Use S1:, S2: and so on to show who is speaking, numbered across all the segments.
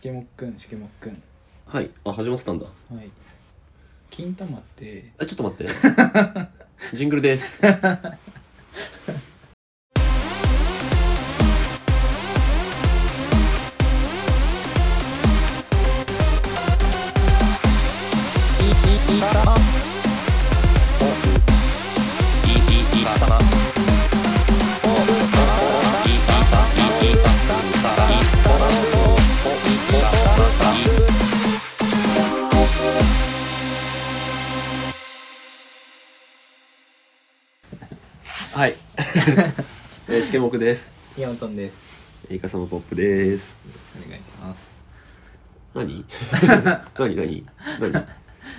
S1: けもっくんしけもっくん
S2: はいあ始まってたんだ
S1: はい金玉って
S2: あちょっと 待ってジングルです はい、えー、しけもくです
S1: イオントンです
S2: イカ様ポップです
S1: お願いします
S2: 何 何何何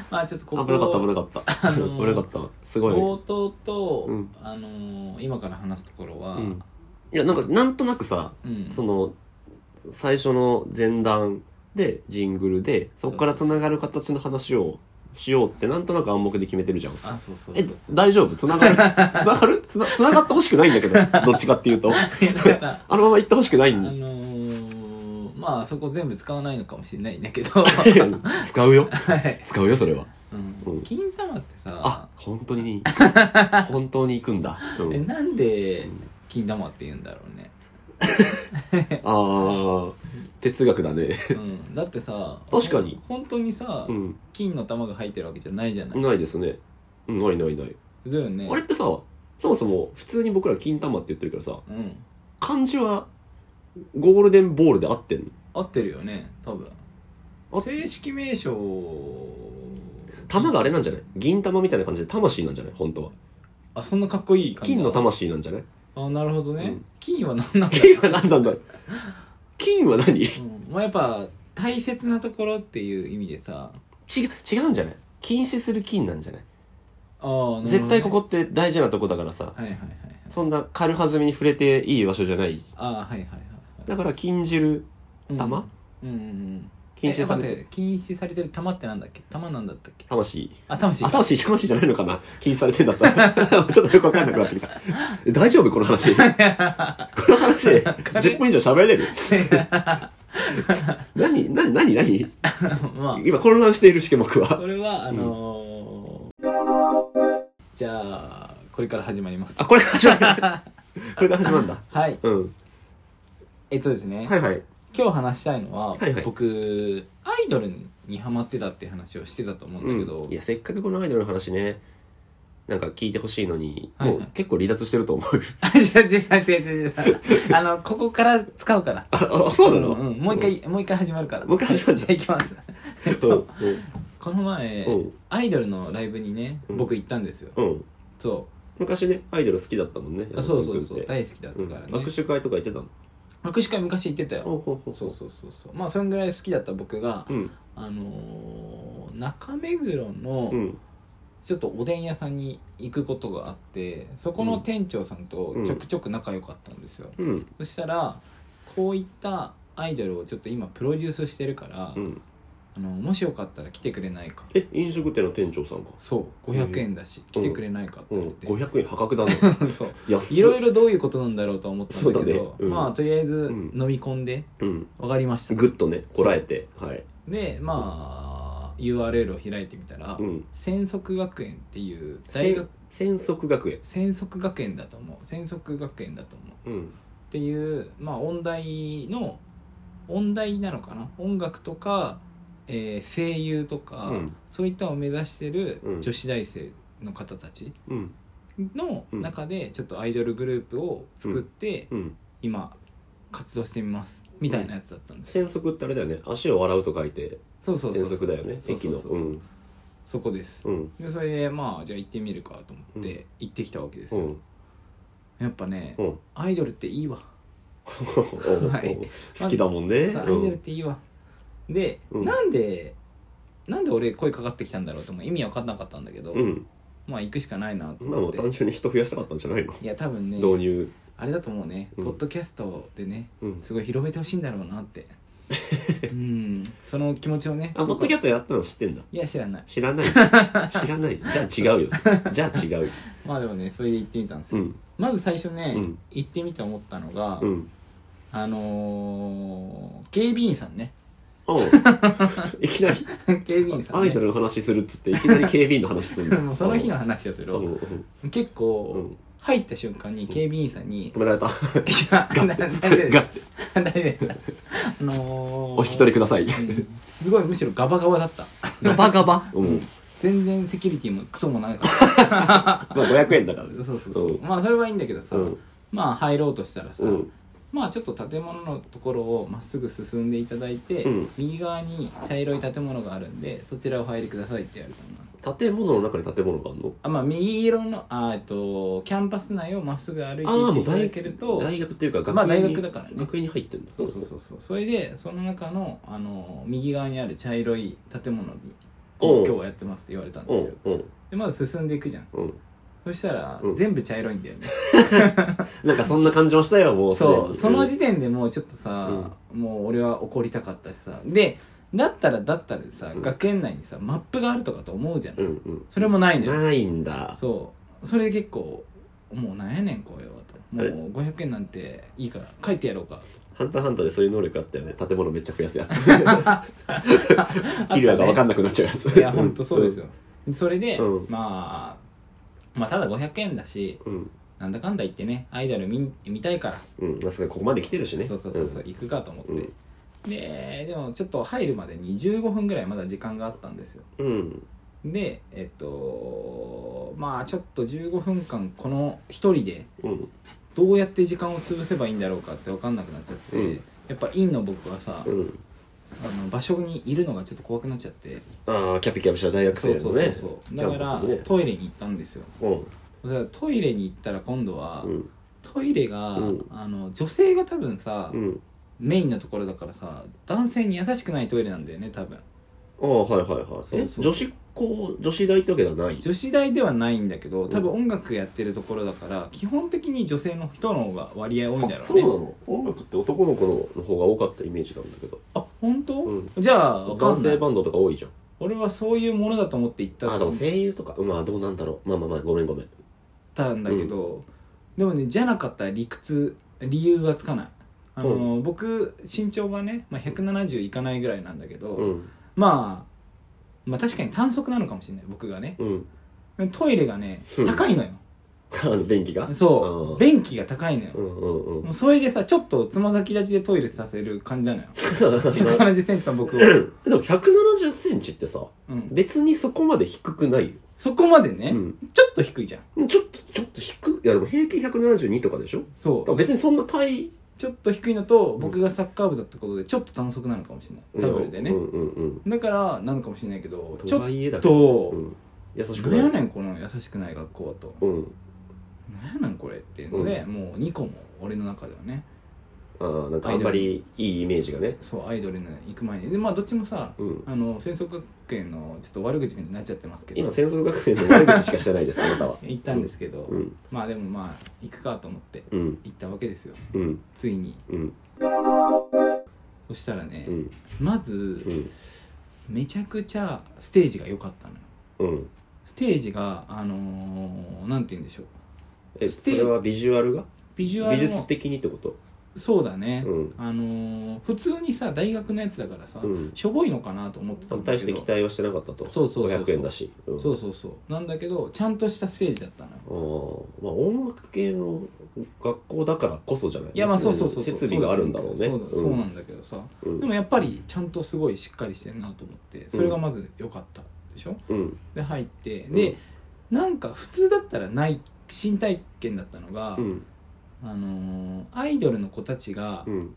S1: まあちょっとここ
S2: 危なかった危なかった、
S1: あのー
S2: 危なかったすごい、
S1: 冒頭と、
S2: うん
S1: あのー今から話すところは、
S2: うん、いやなんかなんとなくさ、
S1: うん
S2: その最初の前段でジングルでそこからつながる形の話をしようってなんとなく暗黙で決めてるじゃん
S1: あそうそう
S2: え
S1: そうそう
S2: 大丈夫つな がるつながるつなつながってほしくないんだけどどっちかっていうと
S1: いやだから
S2: あのまま行ってほしくない
S1: あ
S2: ん
S1: のーまあそこ全部使わないのかもしれないんだけど
S2: 使うよ
S1: はい、
S2: 使うよそれは
S1: う、
S2: うんん
S1: 金玉って
S2: あ
S1: さ
S2: 本 当に本当に行くんだ、う
S1: え
S2: ん、
S1: なんで金玉って言うんだろうね、
S2: ああ哲学だね
S1: うん、だってさ
S2: 確かに
S1: ほん本当にさ、
S2: うん
S1: 金の玉が入ってるわけじゃないじゃない、
S2: ないですねうんないないない
S1: だよね
S2: あれってさそもそも普通に僕ら金玉って言ってるけどさ
S1: うん
S2: 漢字はゴールデンボールで合ってんの
S1: 合ってるよね多分
S2: あ
S1: 正式名称
S2: 玉があれなんじゃない銀玉みたいな感じで魂なんじゃない本当は
S1: あそんなかっこいい感じ
S2: 金の魂なんじゃない
S1: あなるほどね、
S2: うん
S1: 金は何なん だ、
S2: 金は何なんだろう金は何違
S1: うん、まあやっぱ大切なところっていう意味でさ
S2: う違うんじゃない禁止する金なんじゃない
S1: ああ
S2: 絶対ここって大事なとこだからさ
S1: はいはいはいはい
S2: そんな軽はずみに触れていい場所じゃない
S1: ああはいはいはいは
S2: だから禁じる
S1: い
S2: 玉
S1: うんうんうんうん
S2: 禁止されて
S1: え待って禁止されてる玉ってなんだっけ玉なんだったっけ
S2: 魂
S1: あ魂
S2: あ魂魂じゃないのかな禁止されてんだった らちょっとよくわかんなくなってきたえ大丈夫こ の話この話10分以上喋れる何何何何
S1: ま
S2: 今混乱しているしけ僕
S1: あ
S2: は
S1: それはあのーじゃあこれから始まります
S2: あこれが始まるこれが始まるんだ
S1: はい
S2: うん
S1: えっとですね、
S2: はいはい
S1: 今日話したいのは、
S2: はいはい
S1: 僕アイドルにハマってたって話をしてたと思うんだけど、
S2: うん、いやせっかくこのアイドルの話ねなんか聞いてほしいのに、
S1: はいはい
S2: もう結構離脱してると思 う
S1: あ違う違う違う違う違うあのここから使うから
S2: ああそうなの、
S1: んんもう一回、もう一回始まるから
S2: もう一回始まるじゃん
S1: はいじゃあいきますえっ
S2: うん
S1: とこの前、
S2: うん
S1: アイドルのライブにね
S2: うん
S1: 僕行ったんですよ、
S2: うん、うん、
S1: そ
S2: 昔ねアイドル好きだったもんね
S1: うあそうそうそう
S2: 山田
S1: 大好きだった
S2: 君っ
S1: から
S2: て
S1: ね、
S2: うん握手会とか行ってたの
S1: 握手会昔行ってたよ
S2: ほうほうほ
S1: そうそうそうそうまあそんぐらい好きだった僕が、
S2: うん
S1: あのー中目黒の、
S2: うん
S1: ちょっとおでん屋さんに行くことがあってそこの店長さんとちょくちょく仲良かったんですよ、
S2: うん
S1: そしたらこういったアイドルをちょっと今プロデュースしてるから、
S2: うん
S1: あのもしよかったら来てくれないか
S2: え飲食店の店長さんが
S1: そう500円だし、
S2: うん
S1: 来てくれないかって
S2: う
S1: 言っ
S2: ん
S1: て、
S2: 500円破格だね
S1: そう
S2: 安
S1: いろい
S2: ろ
S1: ろどういうことなんだろうとは思ったんだけど
S2: そうだねうん
S1: まあとりあえず
S2: うん
S1: 飲み込んで
S2: うん
S1: 分かりました、
S2: グッとねこらえてはい
S1: でまあ URL を開いてみたら、
S2: うん
S1: 千足学園っていう大
S2: 千
S1: 学
S2: 千足学園
S1: 千足学園だと思う千足学園だと思う
S2: うん
S1: っていう、まあ、音大の音大なのかな音楽とか、えー声優とか、
S2: うん
S1: そういったのを目指してる
S2: うん
S1: 女子大生の方たち
S2: うん
S1: の
S2: うん
S1: 中でちょっとアイドルグループを作って、
S2: うん
S1: 今活動してみますみたいなやつだったんですよ、
S2: 千足ってあれだよね足を洗うと書いて
S1: そうそう
S2: 千
S1: そうそ
S2: 足
S1: う
S2: だよね
S1: そう
S2: 駅
S1: そう
S2: の
S1: そううそうんそこです
S2: うん
S1: でそれでまあじゃあ行ってみるかと思っ
S2: う
S1: て行ってきたわけです
S2: う
S1: よ、
S2: ん
S1: やっぱね、
S2: うん
S1: アイドルっていいわい
S2: 好きだもんね
S1: そうアイ
S2: う
S1: ドルっ
S2: ん
S1: ていいわで、
S2: うん
S1: なんでなんで俺声かかってきたんだろうとも意味わかんなかったんだけど、
S2: うん
S1: まあ行くしかないなと
S2: まあも
S1: 思っ
S2: う
S1: て、
S2: 単純に人増やしたかったんじゃないの
S1: いや多分ね
S2: 導入
S1: あれだと思うね、
S2: うん
S1: ポッドキャストでね
S2: うん
S1: すごい広めてほしいんだろうなって うんその気持ちをね
S2: あポッドキャストやったの知ってんだ
S1: いや知らない
S2: 知らないじゃ ん知らないじゃん違うよじゃあ違うよ
S1: まあでもねそれで行ってみたんです
S2: う
S1: よ、
S2: ん
S1: まず最初ね、
S2: うん
S1: 行ってみて思ったのが、
S2: うん
S1: あのー警備員さんね
S2: おういきなり
S1: 警備員さん、
S2: アイ
S1: ね、
S2: ドルの話するっつっていきなり警備員の話するんだ
S1: もうその日の話だけ
S2: うんう
S1: ど
S2: ん
S1: 結
S2: う
S1: 構
S2: ん
S1: 入った瞬間に警備員さんに
S2: 止められた
S1: 「いやなな大丈夫です
S2: が
S1: 大丈夫ですあのー
S2: お引き取りください
S1: うんすごいむしろガバガバだった
S2: ガバガバうん
S1: 全然セキュリティもクソもないかっ
S2: まあ500円だから
S1: た
S2: ね
S1: そうそうそう、
S2: うん
S1: まあそれはいいんだけどさ、
S2: うん
S1: まあ入ろうとしたらさ、
S2: うん
S1: まあちょっと建物のところをまっすぐ進んでいただいて、
S2: うん
S1: 右側に茶色い建物があるんでそちらを入りくださいって言われたの
S2: 建物の中に建物があるの
S1: あまあ右色のあーえっとキャンパス内をまっすぐ歩いて
S2: ああ
S1: い
S2: も
S1: ってい
S2: う
S1: ただ
S2: 大
S1: けると
S2: 大学っていうか学園に、
S1: まあ大学だからね
S2: 学園に入ってんだ
S1: そうそうそうそうそれでその中のあの右側にある茶色い建物に
S2: お
S1: 今
S2: う
S1: 日はやってますって言われたん
S2: う
S1: ですよ
S2: んうん
S1: でまず進んでいくじゃん
S2: うん
S1: そしたら、
S2: うん
S1: 全部茶色いんだよね
S2: なんかそんな感じもしたよもう
S1: そうその
S2: 時
S1: 時点でもうちょっとさ、もう俺は怒りたかったしさでだったらだったらさ、
S2: うん
S1: 学園内にさマップがあるとかと思うじゃん、
S2: うんうん
S1: それもないのよ
S2: ないんだ
S1: そうそれ結構もうなんやねんこれは
S2: あれ
S1: ともう500円なんていいから書いてやろうか
S2: ハンターハンターでそういう能力あったよね建物めっちゃ増やす やつキルアが分かんなくなっちゃうやつ
S1: いやほんとそうですよ、それで、
S2: うん
S1: まあまあただ500円だし
S2: うん
S1: なんだかんだ言ってねアイドル見見たいから
S2: うんまさかここまで来てるしね
S1: そうそうそうそう、行くかと思って、
S2: うん
S1: ででもちょっと入るまでに15分ぐらいまだ時間があったんですよ
S2: うんうん
S1: でえっとまあちょっと15分間この一人で
S2: うん
S1: どうやって時間を潰せばいいんだろうかって分かんなくなっちゃって、
S2: うん
S1: やっぱ院の僕はさ、
S2: うん
S1: あの場所にいるのがちょっと怖くなっちゃって
S2: ああキャピキャピした大学生
S1: そ
S2: の
S1: う
S2: ね
S1: そうそうそうだから、
S2: キャンパス
S1: トイレに行ったんですよ
S2: ね
S1: そしたらトイレに行ったら今度は、
S2: うんうん
S1: トイレが、
S2: うん
S1: あの女性が多分さ、
S2: うん
S1: メインのところだからさ男性に優しくないトイレなんだよね多分
S2: ああはいはいはい
S1: そうそう
S2: え女子校女子大ってわけではない
S1: 女子大ではないんだけど
S2: ん
S1: 多分音楽やってるところだから基本的に女性の人の方が割合多いんだろ
S2: あ
S1: う
S2: そうな
S1: ね
S2: の音楽って男の子の方が多かったイメージなんだけど
S1: あ本当、
S2: うん
S1: じゃあわか
S2: 男
S1: んな
S2: 性
S1: い
S2: バンドとか多いじゃん
S1: 俺はそういうものだと思って行った
S2: あでも声優とかまあどうなんだろうまあまあまあごめんごめん
S1: たんだけど、でもねじゃなかったら理屈理由がつかないあの、僕身長がね、まあ、170いかないぐらいなんだけど、
S2: うん
S1: まあまあ確かに短足なのかもしれない僕がね
S2: うん
S1: トイレがね
S2: うん
S1: 高いのよ、
S2: あの電気が
S1: そう
S2: あ
S1: 便器が高いのよ
S2: ー、うんう んうん
S1: もうそれでさちょっとつま先立ちでトイレさせる感じ なのよ1 7 0ンチの僕を、
S2: でも1 7 0ンチってさ
S1: うん、
S2: 別にそこまで低くないよ、
S1: そこまでね、
S2: う
S1: ちょっと低いじゃん
S2: ん、ちょっとちょっと低いいやでも平均172とかでしょ
S1: そ
S2: だか
S1: う
S2: ら別にそんな大
S1: ちょっと低いのと僕がサッカー部だったことでちょっと短足なのかもしれないダブルでね、
S2: うんうんうん
S1: だからなのかもしれないけどち
S2: と
S1: ょっ
S2: はいえだけどう
S1: と
S2: ん、優しく
S1: 何
S2: な
S1: や
S2: い
S1: ねんこの優しくない学校はと
S2: うん
S1: 何やねんこれっていうので、もう2個も俺の中ではね
S2: あーなんかあんまりいいイメージがね
S1: そうアイドルに行く前にでまあどっちもさ
S2: うん
S1: あの戦争学園のちょっと悪口になっちゃってますけ
S2: 今
S1: ど
S2: 戦争学園の悪口しかしてないですあ なたは
S1: 行ったんですけど、
S2: うん
S1: まあでもまあ行くかと思って
S2: うん
S1: 行ったわけですよ
S2: うん
S1: ついに
S2: うん
S1: そしたらね、
S2: うん
S1: まず
S2: うん
S1: めちゃくちゃステージが良かったのよ
S2: うん
S1: ステージがあのー、なんて言うんでしょう
S2: え
S1: ス
S2: そ
S1: テ
S2: れはビジュアルが
S1: ビジュア
S2: 美
S1: ル
S2: 術
S1: も
S2: 的にってこと
S1: そうだね、
S2: うん
S1: あのー、普通にさ大学のやつだからさ、
S2: うん
S1: しょぼいのかなと思ってたんだ
S2: 大
S1: け
S2: して
S1: ど
S2: 期待はしてなかったと
S1: そうそうそうそう
S2: 500円だしうん
S1: そうそうそうなんだけどちゃんとしたステージだったのよ
S2: あーまあ音楽系の学校だからこそじゃない
S1: いやまあそうそうそうそう
S2: 設備があるんだろうね
S1: そうだそうなんだけどさ、
S2: うん
S1: でもやっぱりちゃんとすごいしっかりしてるなと思ってそれがまず良かったでしょ
S2: うん
S1: で入ってで、なんか普通だったらない新体験だったのが、
S2: うん
S1: あのーアイドルの子たちが
S2: うん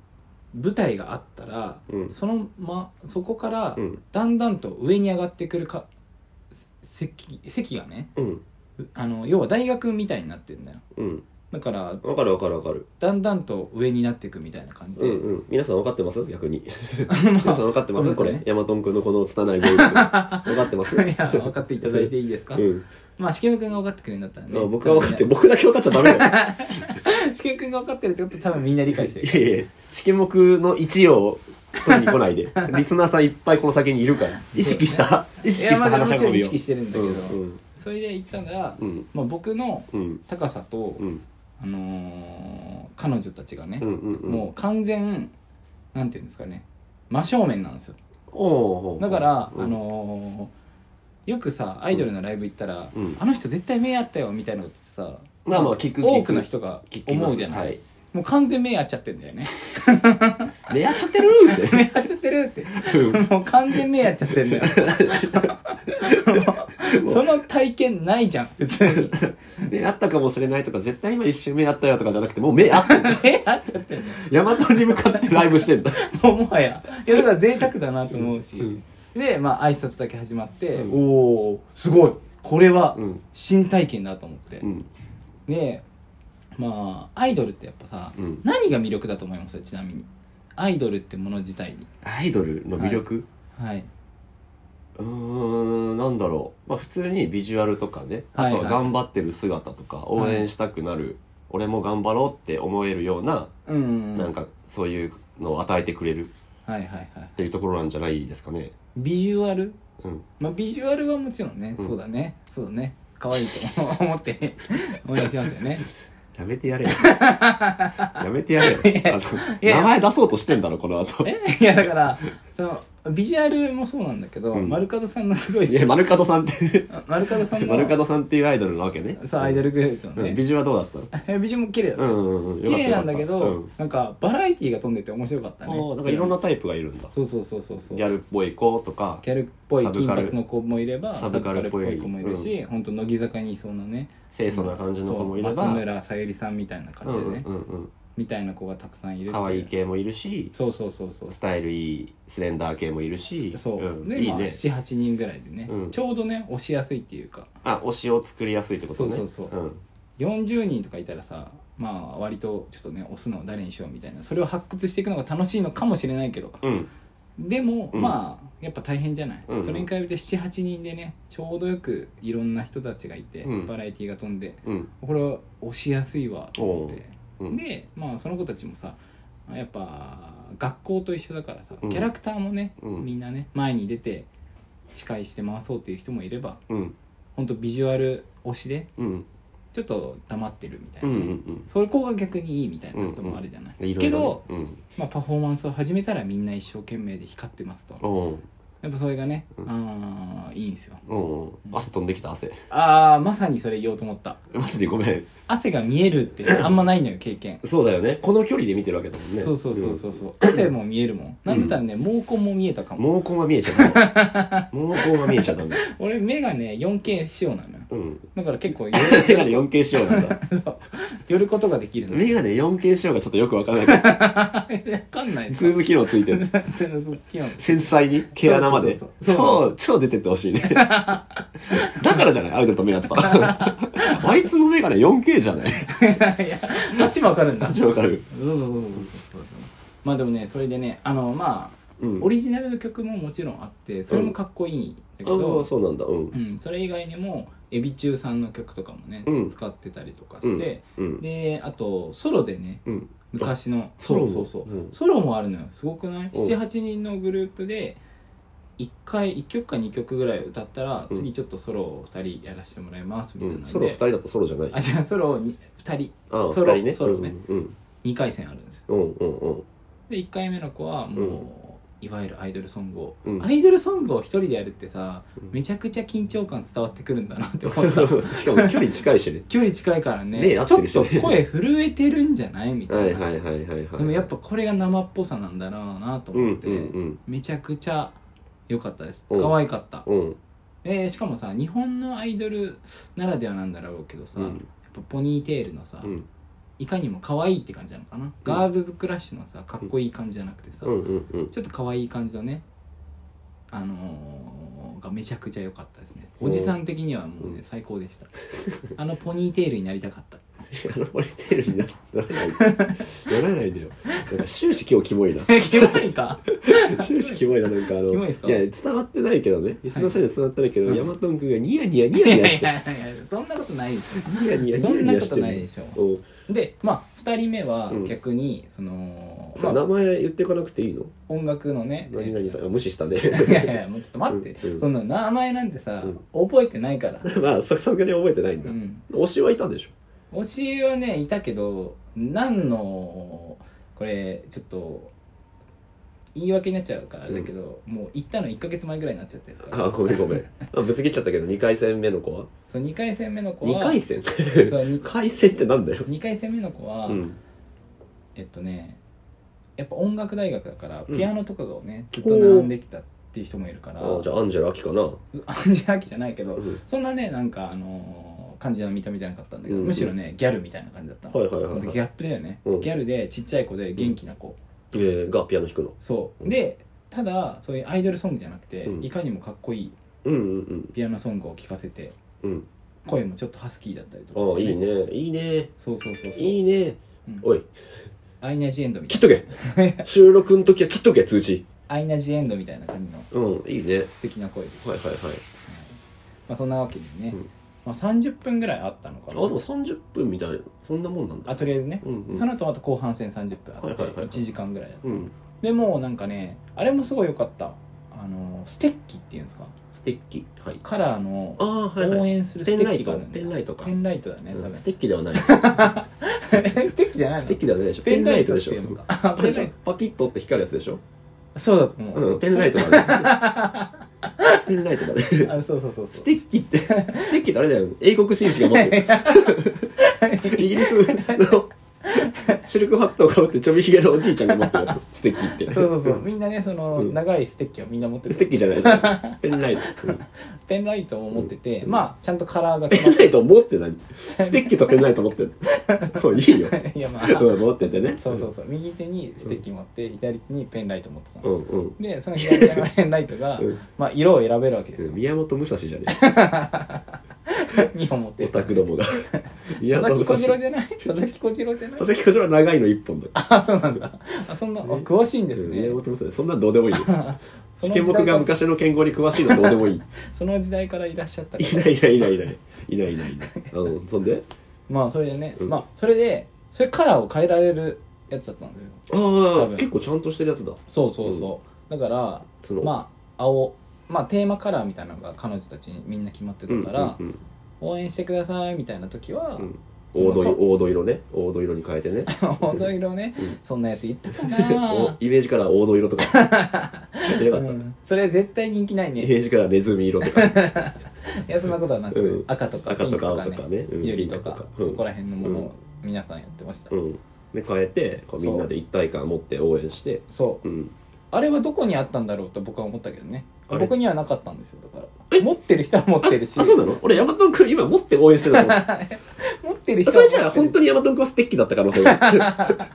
S1: 舞台があったら、
S2: うん
S1: そのまそこから
S2: うん
S1: だんだんと上に上がってくるか席席がね
S2: うん
S1: あの要は大学みたいになってるんだよ
S2: うん
S1: だから
S2: わかるわかるわかる
S1: だんだんと上になっていくみたいな感じ
S2: う
S1: で、
S2: んうん皆さんわかってます逆 に皆さんわかってま
S1: ごめんなさ
S2: すこ
S1: いね
S2: れヤマトン君のこの拙い語彙力わかってま す
S1: いや分かっていただいていいですか、
S2: うん
S1: まあしけむくんが分かってくれるんだったらね
S2: あ僕は分かって僕だけ分かっちゃダメだ よ
S1: しけむくんが分かってるってことは多分みんな理解して
S2: い
S1: る
S2: やいや試験目の1を取りに来ない でリスナーさんいっぱいこの先にいるから意識した意識した
S1: いやまあでももち
S2: 話し
S1: ろ
S2: 込
S1: ん
S2: み
S1: 意
S2: を
S1: 識してるんだけ
S2: う
S1: ど、
S2: ん
S1: それで行ったら、
S2: うん
S1: まあ、僕の
S2: うん
S1: 高さと、
S2: うん
S1: あのー彼女たちがね
S2: う、んうんうん
S1: もう完全なんていうんですかね真正面なんですよ
S2: おう
S1: だから、
S2: うん
S1: あのーよくさアイドルのライブ行ったら、
S2: うん
S1: あの人絶対目合ったよみたいなことってさ
S2: まあまあ聞く聞く
S1: 多くの人が
S2: 聞きま
S1: 思
S2: す
S1: うじゃない、
S2: はい
S1: もう完全目合っちゃってんだよね
S2: でやっちゃってるって
S1: 目合っちゃってるって もう完全目合っちゃってん だよその体験ないじゃん別に
S2: 目あったかもしれないとか絶対今一瞬目あったよとかじゃなくてもう目あって んだ
S1: 目合っちゃってんだよ
S2: 大和に向かってライブ してんだ
S1: もうもはやいやだから贅沢だなと思うし、
S2: うん
S1: でまあ挨拶だけ始まって、
S2: うん
S1: おおすごいこれは
S2: うん
S1: 新体験だと思って、
S2: うん
S1: でまあアイドルってやっぱさ、
S2: うん
S1: 何が魅力だと思いますちなみにアイドルってもの自体に
S2: アイドルの魅力、
S1: はい、
S2: うーんなんだろう、まあ、普通にビジュアルとかねあとは
S1: はいはい
S2: 頑張ってる姿とか応援したくなる、俺も頑張ろうって思えるような、
S1: うんうん
S2: なんかそういうのを与えてくれる
S1: はいはいはい
S2: っていうところなんじゃないですかね
S1: ビジュアル
S2: うん
S1: まあビジュアルはもちろんね、
S2: うん
S1: そうだねそうだね可愛いと思って応援してますよね
S2: やめてやれよやめてやれよあ
S1: いや
S2: の名前出そうとしてんだろこの後
S1: えいやだからそのビジュアルもそうなんだけど、
S2: うん
S1: 丸角さんのすごい
S2: いや丸角さんって
S1: あ丸角さんの
S2: 丸角さんっていうアイドルなわけね
S1: そうアイド
S2: ル、
S1: ルグループ
S2: う
S1: の
S2: ん
S1: ね、
S2: ビジュはどうだったの
S1: えビジュも綺麗だった、
S2: うんうんうんよ
S1: 綺
S2: かった
S1: 麗なんだけど、
S2: よかっ
S1: なんかバラエティーが飛んでて面白かったた
S2: うん
S1: ね
S2: おーなんかいろんなタイプがいるんだ
S1: そうそうそうそうそう
S2: ギャルっぽい子とか
S1: ギャルっぽい
S2: サ
S1: 金
S2: ブカル
S1: 髪の子もいれば
S2: サブカルっぽい
S1: サブ子もいるし、ほん、本当乃木坂にいそうなね
S2: 清楚な感じの子もいれば
S1: そう松村さゆりさんみたいな
S2: う
S1: 感じ
S2: ん
S1: で
S2: う
S1: ね、
S2: んうん
S1: みたいな子がたくさんいるっ
S2: う
S1: て
S2: ん可愛い系もいるし
S1: そうそうそうそう
S2: スタイルいいスレンダー系もいるし
S1: そう、
S2: うん
S1: で
S2: いい
S1: まあ
S2: ね
S1: 78人ぐらいでね、
S2: うん
S1: ちょうどね押しやすいっていうか
S2: あ推しを作りやすいってことね
S1: そうそうそ
S2: うん
S1: 40人とかいたらさまあ割とちょっとね押すのを誰にしようみたいなそれを発掘していくのが楽しいのかもしれないけど
S2: うん
S1: でも、
S2: うん
S1: まあやっぱ大変じゃない、
S2: うんうん
S1: それに比べて78人でねちょうどよくいろんな人たちがいて、
S2: うん
S1: バラエティーが飛んで
S2: うん
S1: これは押しやすいわと思って、
S2: おううん
S1: でまあその子たちもさやっぱ学校と一緒だからさ
S2: う
S1: キ
S2: ん
S1: ャラクターもね、
S2: うん
S1: みんなね前に出て司会して回そうっていう人もいれば
S2: うん
S1: ほんとビジュアル推しで
S2: うん
S1: ちょっと黙ってるみたい
S2: うんう
S1: な、
S2: ん
S1: ね
S2: うん
S1: そこが逆にいいみたいな人もあるじゃない、
S2: いろいろね
S1: けど、
S2: うん
S1: まあ、パフォーマンスを始めたらみんな一生懸命で光ってますと
S2: おう
S1: やっぱそれがね、
S2: うん
S1: あーいいんですよ
S2: おう汗飛んできた汗
S1: あーまさにそれ言おうと思った
S2: マジでごめん
S1: 汗が見えるってあんまないのよ経験
S2: そうだよねこの距離で見てるわけだもんね
S1: そうそうそうそうそう汗も見えるもんなんだったらね毛根も見えたかも
S2: 毛根が見えちゃダ メ毛根が見えちゃダメ
S1: 俺目がね 4K 仕様なのよ
S2: うん
S1: だから結構寄
S2: メガネ 4K 仕様なん だ
S1: 寄ることができるの
S2: メガネ 4K 仕様がちょっとよくわからない け
S1: 分かんないで
S2: どズ
S1: す
S2: ーム機能ついてる繊細に毛穴まで
S1: そうそうそ
S2: 超超出てってほしいね だからじゃないアイドルと目が合っ たあいつのメガネ 4K じゃない
S1: いやあっちも分かるんだ
S2: マ
S1: そう
S2: ジわかる
S1: そうそうそうそうまあでもねそれでねあのまあ
S2: うん
S1: オリジナルの曲ももちろんあってそれもかっこいいんだけ
S2: ああ
S1: ど、
S2: そうなんだうん
S1: うん、それ以外にもエビ中さんの曲とかもね、
S2: うん
S1: 使ってたりとか
S2: う
S1: して
S2: ん、うん
S1: であとソロでね
S2: うん
S1: 昔の
S2: ソロも
S1: そうそうそう、
S2: うん
S1: ソロもあるのよすごくない
S2: お
S1: 78人のグループで1回1曲か2曲ぐらい歌ったら、
S2: うん
S1: 次ちょっとソロを2人やらせてもらいますみたいなので、
S2: ソロ2人だとソロじゃない
S1: あじゃあソロを 2, 人
S2: ああ
S1: ソロ
S2: 2人ね
S1: ソロね
S2: うんうん
S1: 2回戦あるんですよ
S2: うんうん うん
S1: で1回目の子はもう、いわゆるアイドルソングを、
S2: うん
S1: アイドルソングを1人でやるってさ
S2: うん
S1: めちゃくちゃ緊張感伝わってくるんだなって思った
S2: しかも距離近いしね
S1: 距離近いからね
S2: ね合っ
S1: ち
S2: て
S1: ょ
S2: る
S1: っ
S2: しね
S1: と声震えてるんじゃないみたい
S2: は
S1: な、
S2: いはいはいはいはい
S1: でもやっぱこれが生っぽさなんだろうなと
S2: うんう
S1: 思って、
S2: ん
S1: めちゃくちゃ良かったです
S2: うん
S1: 可愛かった、
S2: うんうん
S1: えーしかもさ日本のアイドルならではなんだろうけどさ、
S2: う
S1: やっ
S2: ん
S1: ぱポニーテールのさ、
S2: うん
S1: いかにも可愛いって感じなのかな、ガールズクラッシュのさかっこいい感じじゃなくてさ、
S2: うんうんうん
S1: ちょっと可愛い感じのねあのーがめちゃくちゃ良かったですねおじさん的にはもうね、
S2: うん
S1: 最高でした あのポニーテールになりたかった
S2: あのポリテールになならないでならないでよなんか終始今日キモいな
S1: キモいか
S2: 終始キモいななんかあの
S1: キモいですか
S2: や伝わってないけどねリスナーさんには伝わってないけど、
S1: はい
S2: ヤマトン君がニヤニヤニ
S1: い
S2: ヤ
S1: や
S2: ニ
S1: い
S2: ヤ
S1: や
S2: し
S1: い
S2: て
S1: やいやそんなことないでしょ
S2: ニヤニヤニ
S1: そ
S2: ヤ
S1: ん
S2: ニ
S1: な
S2: ヤ
S1: こ
S2: して
S1: と
S2: る
S1: ないでしょ
S2: おう
S1: でまあ2人目は
S2: うん
S1: 逆に、その、
S2: さあ
S1: ま
S2: 名
S1: あ、
S2: 前言っていかなくていいの
S1: 音楽のね
S2: 何々さんあ無視したね
S1: いやいやもうちょっと 待って、
S2: うんうん
S1: そんな名前なんてさ、
S2: う
S1: 覚えてない から、
S2: まあさすがに覚えてないん
S1: う
S2: だ、
S1: ん、
S2: 推しはいたんでしょ
S1: 推しはねいたけど何のこれちょっと言い訳になっちゃうからあれだけど、もう行ったの1か月前ぐらいになっちゃってるから
S2: あごめんごめんあぶつ切っちゃったけど2回戦目の子は
S1: そう2回戦目の子は
S2: 2回 戦
S1: そう
S2: ?2
S1: に
S2: 回戦ってなんだよ
S1: 二回戦目の子は、
S2: うん
S1: えっとねやっぱ音楽大学だから
S2: うん
S1: ピアノとかをね、ずっと並んできたっていう人もいるから
S2: あじゃあアンジェラ・アキかな
S1: アンジェラ・アキじゃないけど、
S2: うん
S1: そんなねなんかあのー感じの見た目じゃなかったんだけど、
S2: うん
S1: むしろねギャルみたいな感じだったの、
S2: はいはいはいはい
S1: でギャップだよね、
S2: うん
S1: ギャルでちっちゃい子で元気な子、
S2: えー、がピアノ弾くの
S1: そうでただそういうアイドルソングじゃなくて、
S2: うん
S1: いかにもかっこいい
S2: うんうん
S1: ピアノソングを聴かせて
S2: うん
S1: 声もちょっとハスキーだったりと
S2: う
S1: か
S2: んああ
S1: して
S2: いいねいいね
S1: そうそうそうそう
S2: いいね
S1: うん
S2: おい
S1: アイナ・ジ・エンドみた
S2: 切
S1: い
S2: っと け収録の時は切っとけ通知
S1: なアイナ・ジ・エンドみたいな感じの
S2: うんいいね
S1: 素敵な声です、
S2: はいはいはい
S1: まあ、そんなわけでね、
S2: うん
S1: まあ、30分ぐらいあったのか
S2: あで
S1: な
S2: も30分みたいなそんなもんなんだ
S1: あとりあえずね、
S2: うんうん
S1: その後あと後半戦30分あって
S2: はいはいはいはい
S1: 1時間ぐらいあって
S2: うん
S1: でもうなんかねあれもすごい良かったあのステッキっていうんですか
S2: ステッキはい
S1: カラーの
S2: ああはいは
S1: 応
S2: い
S1: 援するステッキがあるんだ
S2: ペンライトか
S1: ペンライトだね多
S2: う
S1: 分
S2: ん
S1: ス
S2: ス
S1: テ
S2: テッキではない
S1: ッキじゃないの
S2: ステッキではないでしょ
S1: ペンライト
S2: でしょ
S1: っていうのかあ
S2: あ
S1: ペ
S2: れ
S1: ンライ
S2: でしょパキッとって光るやつでしょ
S1: トそうだと思う、
S2: うんペンライトだ ねペンライトだねス
S1: あそうそうそうそう
S2: テッキってステッキってあれだよ英国紳士が持って るイギリスのシルクハットをかぶってちょびひげのおじいちゃんが持ってるやつステッキって
S1: そうそうそうみんなねその、
S2: うん
S1: 長いステッキをみんな持ってる
S2: ステッキじゃないペンライトうん
S1: ペンライトを持ってて、
S2: うん
S1: まあちゃんとカラーが
S2: ペ
S1: 決ま
S2: ン
S1: っ
S2: ライト持ってないステッキとペンライト持ってるそういいよ
S1: て いやまあ
S2: うん持っててね
S1: そうそうそう右手にステッキ持って、左手にペンライト持ってたの、
S2: んうん
S1: でその左手のペンライトが、
S2: うん
S1: まあ色を選べるわけですよ、
S2: 宮本武蔵じゃね
S1: 2本持って
S2: えオ
S1: る
S2: タクどもが 宮
S1: 佐々
S2: 本
S1: 木
S2: 武
S1: 小次郎
S2: 蔵佐
S1: じゃない佐々木小次郎じゃない
S2: 々木小次郎は長いの一本だ
S1: あそうなんだあそんなあ詳しいんです
S2: うん
S1: ね、
S2: 宮本武蔵そんなんどうでもいいよ
S1: そ
S2: 試
S1: の
S2: 験
S1: 時代
S2: 僕が
S1: から
S2: 昔の健康に詳しいのどうでもいい
S1: その時代からいらっしゃったか
S2: い
S1: ら
S2: ないいないいないいないいないいないいないうんそんで
S1: まあそれでね、
S2: うん
S1: まあそれでそれカラーを変えられるやつだったんですよ
S2: あ
S1: 多
S2: あ
S1: 分
S2: 結構ちゃんとしてるやつだ
S1: そうそうそう、だから
S2: その
S1: まあ青まあテーマカラーみたいなのが彼女たちにみんな決まって
S2: う
S1: た
S2: ん
S1: から、
S2: うんうん
S1: 応援してくださいみたいな時は、
S2: う
S1: その
S2: ん黄土
S1: そ
S2: 色黄土色ね黄土色に変えてね
S1: 本当色ね、
S2: うん
S1: そんなやついったか
S2: お
S1: な
S2: イメージから黄土色とかやってなか
S1: う
S2: った
S1: んそれ絶対人気ない
S2: イ
S1: ね
S2: メージからネズミ色とか
S1: いやそんなことはなく、
S2: うん
S1: 赤とか
S2: 赤
S1: ピン
S2: と
S1: ク
S2: か
S1: とか
S2: 青
S1: ね
S2: とかねうん
S1: ユリと
S2: ピン
S1: か
S2: ク
S1: そ
S2: うん
S1: こら辺のものを皆さんやってました、
S2: うん、で変えてこうみんなで一体感持って応援して
S1: そう
S2: うん
S1: あれはどこにあったんだろうと僕は思ったけどね
S2: あれ
S1: 僕にはなかったんですよだから持ってる人は持ってるし
S2: あそうなの俺ヤマトン君今持って応援してたと思っ
S1: 持ってる
S2: て
S1: 人
S2: そ
S1: は持
S2: れ
S1: って
S2: じ
S1: る
S2: ゃあ本当にヤマトン君はステッキだった可能性が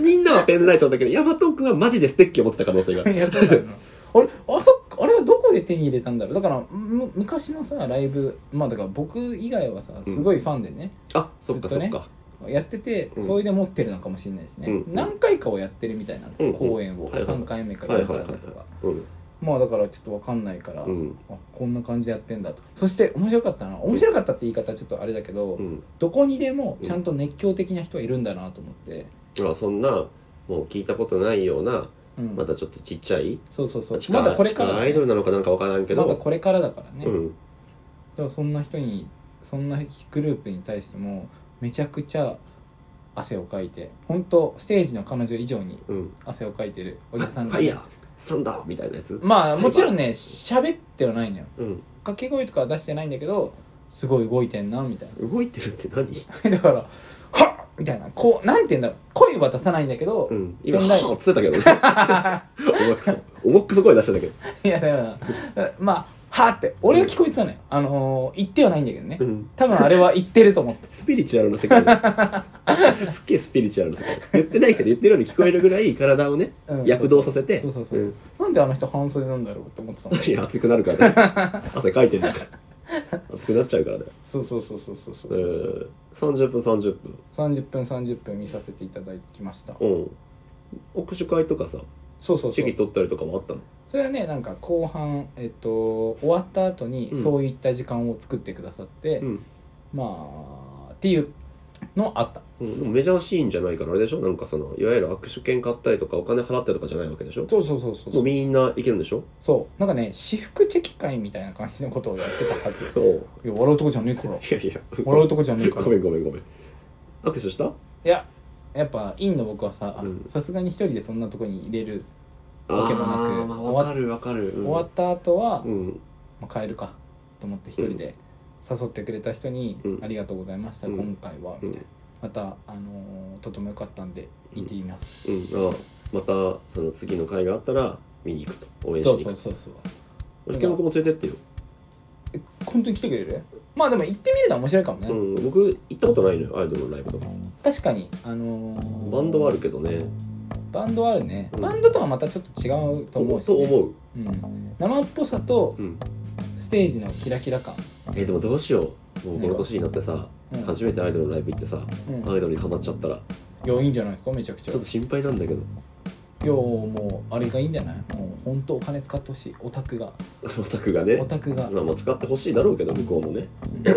S2: みんなはペンライトだけどヤマトン君はマジでステッキを持ってた可能性が
S1: いやそうなのあれあそっかあれはどこで手に入れたんだろうだからむ昔のさライブまあだから僕以外はさすごいファンでね、
S2: あそっか
S1: ず
S2: そ
S1: っとね
S2: っか
S1: やってて、
S2: うん
S1: それで持ってるのかもしれないですね、
S2: うん
S1: 何回かをやってるみたいなんですよ、
S2: うんうん
S1: 公演を、
S2: はいはい
S1: 3回目か
S2: はい
S1: 4
S2: は
S1: 回
S2: い
S1: 目
S2: はい
S1: か
S2: は
S1: と
S2: い
S1: か、
S2: うん
S1: まあだからちょっと分かんないから、
S2: うん
S1: あこんな感じでやってんだとそして面白かったな面白かったって言い方はちょっとあれだけど、
S2: うん
S1: どこにでもちゃんと熱狂的な人はいるんだなと思って、
S2: あそんなもう聞いたことないような
S1: うん
S2: まだちょっとちっちゃい
S1: そうそうそう
S2: 地下
S1: まだこれから
S2: 地下
S1: だ
S2: アイド
S1: ね
S2: ルなのかなんかわからんけど
S1: まだこれからだからね、
S2: うん
S1: でもそんな人にそんなグループに対してもめちゃくちゃ汗をかいて本当ステージの彼女以上に
S2: うん
S1: 汗をかいてるお
S2: フ
S1: じさん
S2: ァイヤーサンダーみたいなやつ
S1: まあもちろん
S2: ね
S1: ね喋ってはないのよ
S2: うん
S1: 掛け声とかは出してないんだけどすごい動いてんなみたい
S2: 動いてるって 何
S1: なだから「はっ!」みたいなこうなんて言うんだろう声は出さないんだけど、
S2: うん今「
S1: ペン
S2: は
S1: ライト
S2: ぁ」っつってたけどね重くそ重くそ声出してたけど
S1: いやだからまあ「は」って俺は聞こえてたのよ、あのー言ってはないんだけどね
S2: うん
S1: 多分あれは言ってると思って
S2: スピリチュアルな世界だすっげえスピリチュアルな世界言ってないけど言ってるように聞こえるぐらい体をね、
S1: うん
S2: 躍動させて
S1: そうそうそうそう、なんであの人半袖なんだろうって思ってたの
S2: うんいや熱くなるから ね汗かいてるから熱くなっちゃうからね
S1: そうそうそうそうそうそう
S2: う
S1: そう、
S2: ん30分30分
S1: 30分30分見させていただきました
S2: うん握手会とかさ
S1: そうそうそ
S2: チェ
S1: う
S2: キ取ったりとかもあったの
S1: それはねなんか後半、えっと、終わった後に
S2: うん
S1: そういった時間を作ってくださって、
S2: うん、
S1: まあっていうのあった
S2: うん、でもメジャーシーンじゃないからあれでしょなんかそのいわゆる握手券買ったりとかお金払ったりとかじゃないわけでしょ
S1: そうそうそうそうそ
S2: も
S1: うう
S2: みんな行けるんでしょ
S1: そうなんかね私服チェキ会みたいな感じのことをやってたはず
S2: そう い
S1: いや笑うとこじゃねえから
S2: やいや
S1: 笑うとこじゃねえから
S2: ごめんごめんごめん握手した
S1: いややっぱインの僕はさ
S2: うん
S1: さすがに一人でそんなとこに入れるわけもなく
S2: あーまあわかるわかる
S1: 終わった後は、
S2: うん
S1: まあ、帰るかと思って一人で誘ってくれた人に「
S2: うん
S1: ありがとうございました、
S2: うん
S1: 今回は」
S2: う
S1: み
S2: ん
S1: たいなまた、あのーとても良かったんで行ってみます、
S2: うん、あまたその次の会があったら見に行くと応援し
S1: そう
S2: に行
S1: そ
S2: く
S1: う
S2: と
S1: そうそう
S2: 俺ケンコも連れてってよ、
S1: 本当に来てくれるまあでも行ってみると面白いかもね、
S2: うん、僕行ったことないのよアイドルのライブとか
S1: 確かにあのー
S2: バンドはあるけどね
S1: バンドはあるね
S2: うん
S1: バンドとはまたちょっと違うと思うし、ね
S2: と思う、
S1: うん、生っぽさと
S2: うん、
S1: ステージのキラキラ感、
S2: えでもどうしようもうこの年になってさ
S1: うん
S2: 初めてアイドルのライブ行ってさ
S1: うん
S2: アイドルにハマっちゃったら
S1: いやいいんじゃないですかめちゃくち
S2: ち
S1: ゃ
S2: ょっと心配なんだけど
S1: いやもうあれがいいんじゃないもう本当お金使ってほしいオタクが
S2: オタクが
S1: オ
S2: ね
S1: タクが
S2: まあまあ使ってほしいだろうけど向こうもね
S1: そう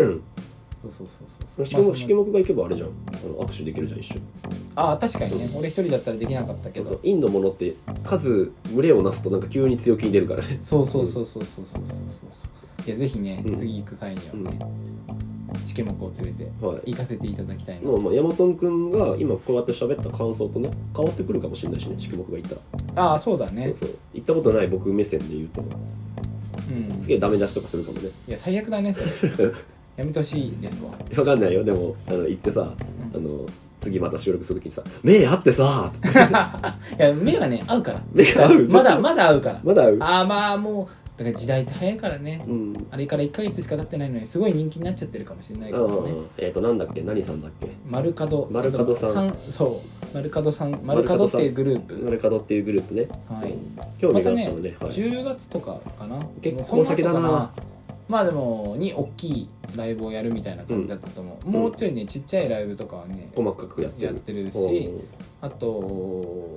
S1: そうそうそう
S2: その
S1: まあそ
S2: 色
S1: の
S2: 色目が行けばあれじゃんあの握手できるじゃん一緒に
S1: ああ確かにね俺一人だったらできなかったけ
S2: そうそ
S1: ど
S2: うインのものって数群れをなすとなんか急に強気に出るからね
S1: そうそうそうそうそうそうそうそういやぜひね、
S2: うん
S1: 次行く際にはね、シケモクを連れて
S2: はい
S1: 行かせていただきたいな、
S2: もうまあヤマトン君が今こうやって喋った感想とね変わってくるかもしれないしね宿僕が言ったら、
S1: ああそうだね
S2: そうそう行ったことない僕目線で言うと
S1: うん
S2: すげえダメ出しとかするかもね
S1: いや最悪だね それやめてほしいですわ、
S2: わかんないよでもあの行ってさ
S1: うん
S2: あの次また収録する時にさ「目合ってさ」つって
S1: いや目がね合うから
S2: 目が合う
S1: まだまだ合うから
S2: まだ合う
S1: ああまあもうだから時代って早いからね
S2: うん
S1: あれから1ヶ月しか経ってないのにすごい人気になっちゃってるかもしれない
S2: あ
S1: けどね
S2: ーえっ、となんだっけ何さんだっけ
S1: 丸角
S2: 丸角さん
S1: そう丸角さん丸角っていうグループ
S2: 丸角っていうグループね
S1: はい
S2: 興
S1: ま
S2: 味が
S1: た
S2: あった
S1: ね
S2: のね、はい、
S1: 10月とかかな
S2: 結構
S1: そん
S2: 先だな
S1: 後かまあでもに大きいライブをやるみたいな感じだったと思う、もうちょいねちっちゃいライブとかはね
S2: 細かくやって
S1: やっ
S2: る
S1: てるし、
S2: うん
S1: あと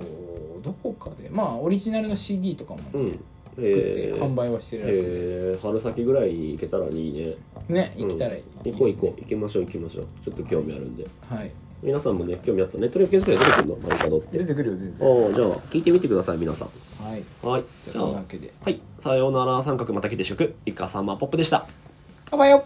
S1: どこかでまあオリジナルの CD とかもね、
S2: うんえ
S1: 作って
S2: ー
S1: 販売はしてるらしいです、
S2: えー春先ぐらいに行けたらいいね
S1: ね
S2: うん
S1: 行きたらいい
S2: 行こう行こう行きましょう行きましょうちょっと興味あるんで
S1: うはい
S2: 皆さんもね興味あったらネットで検索で出てくるのマリカドって
S1: 出てくるよ全
S2: ああじゃあ聞いてみてください皆さん
S1: はい
S2: はい
S1: じゃあ
S2: じゃ
S1: そんな
S2: あ
S1: わけで
S2: はいさようなら三角また来て祝イカサマポップでした
S1: 乾杯よ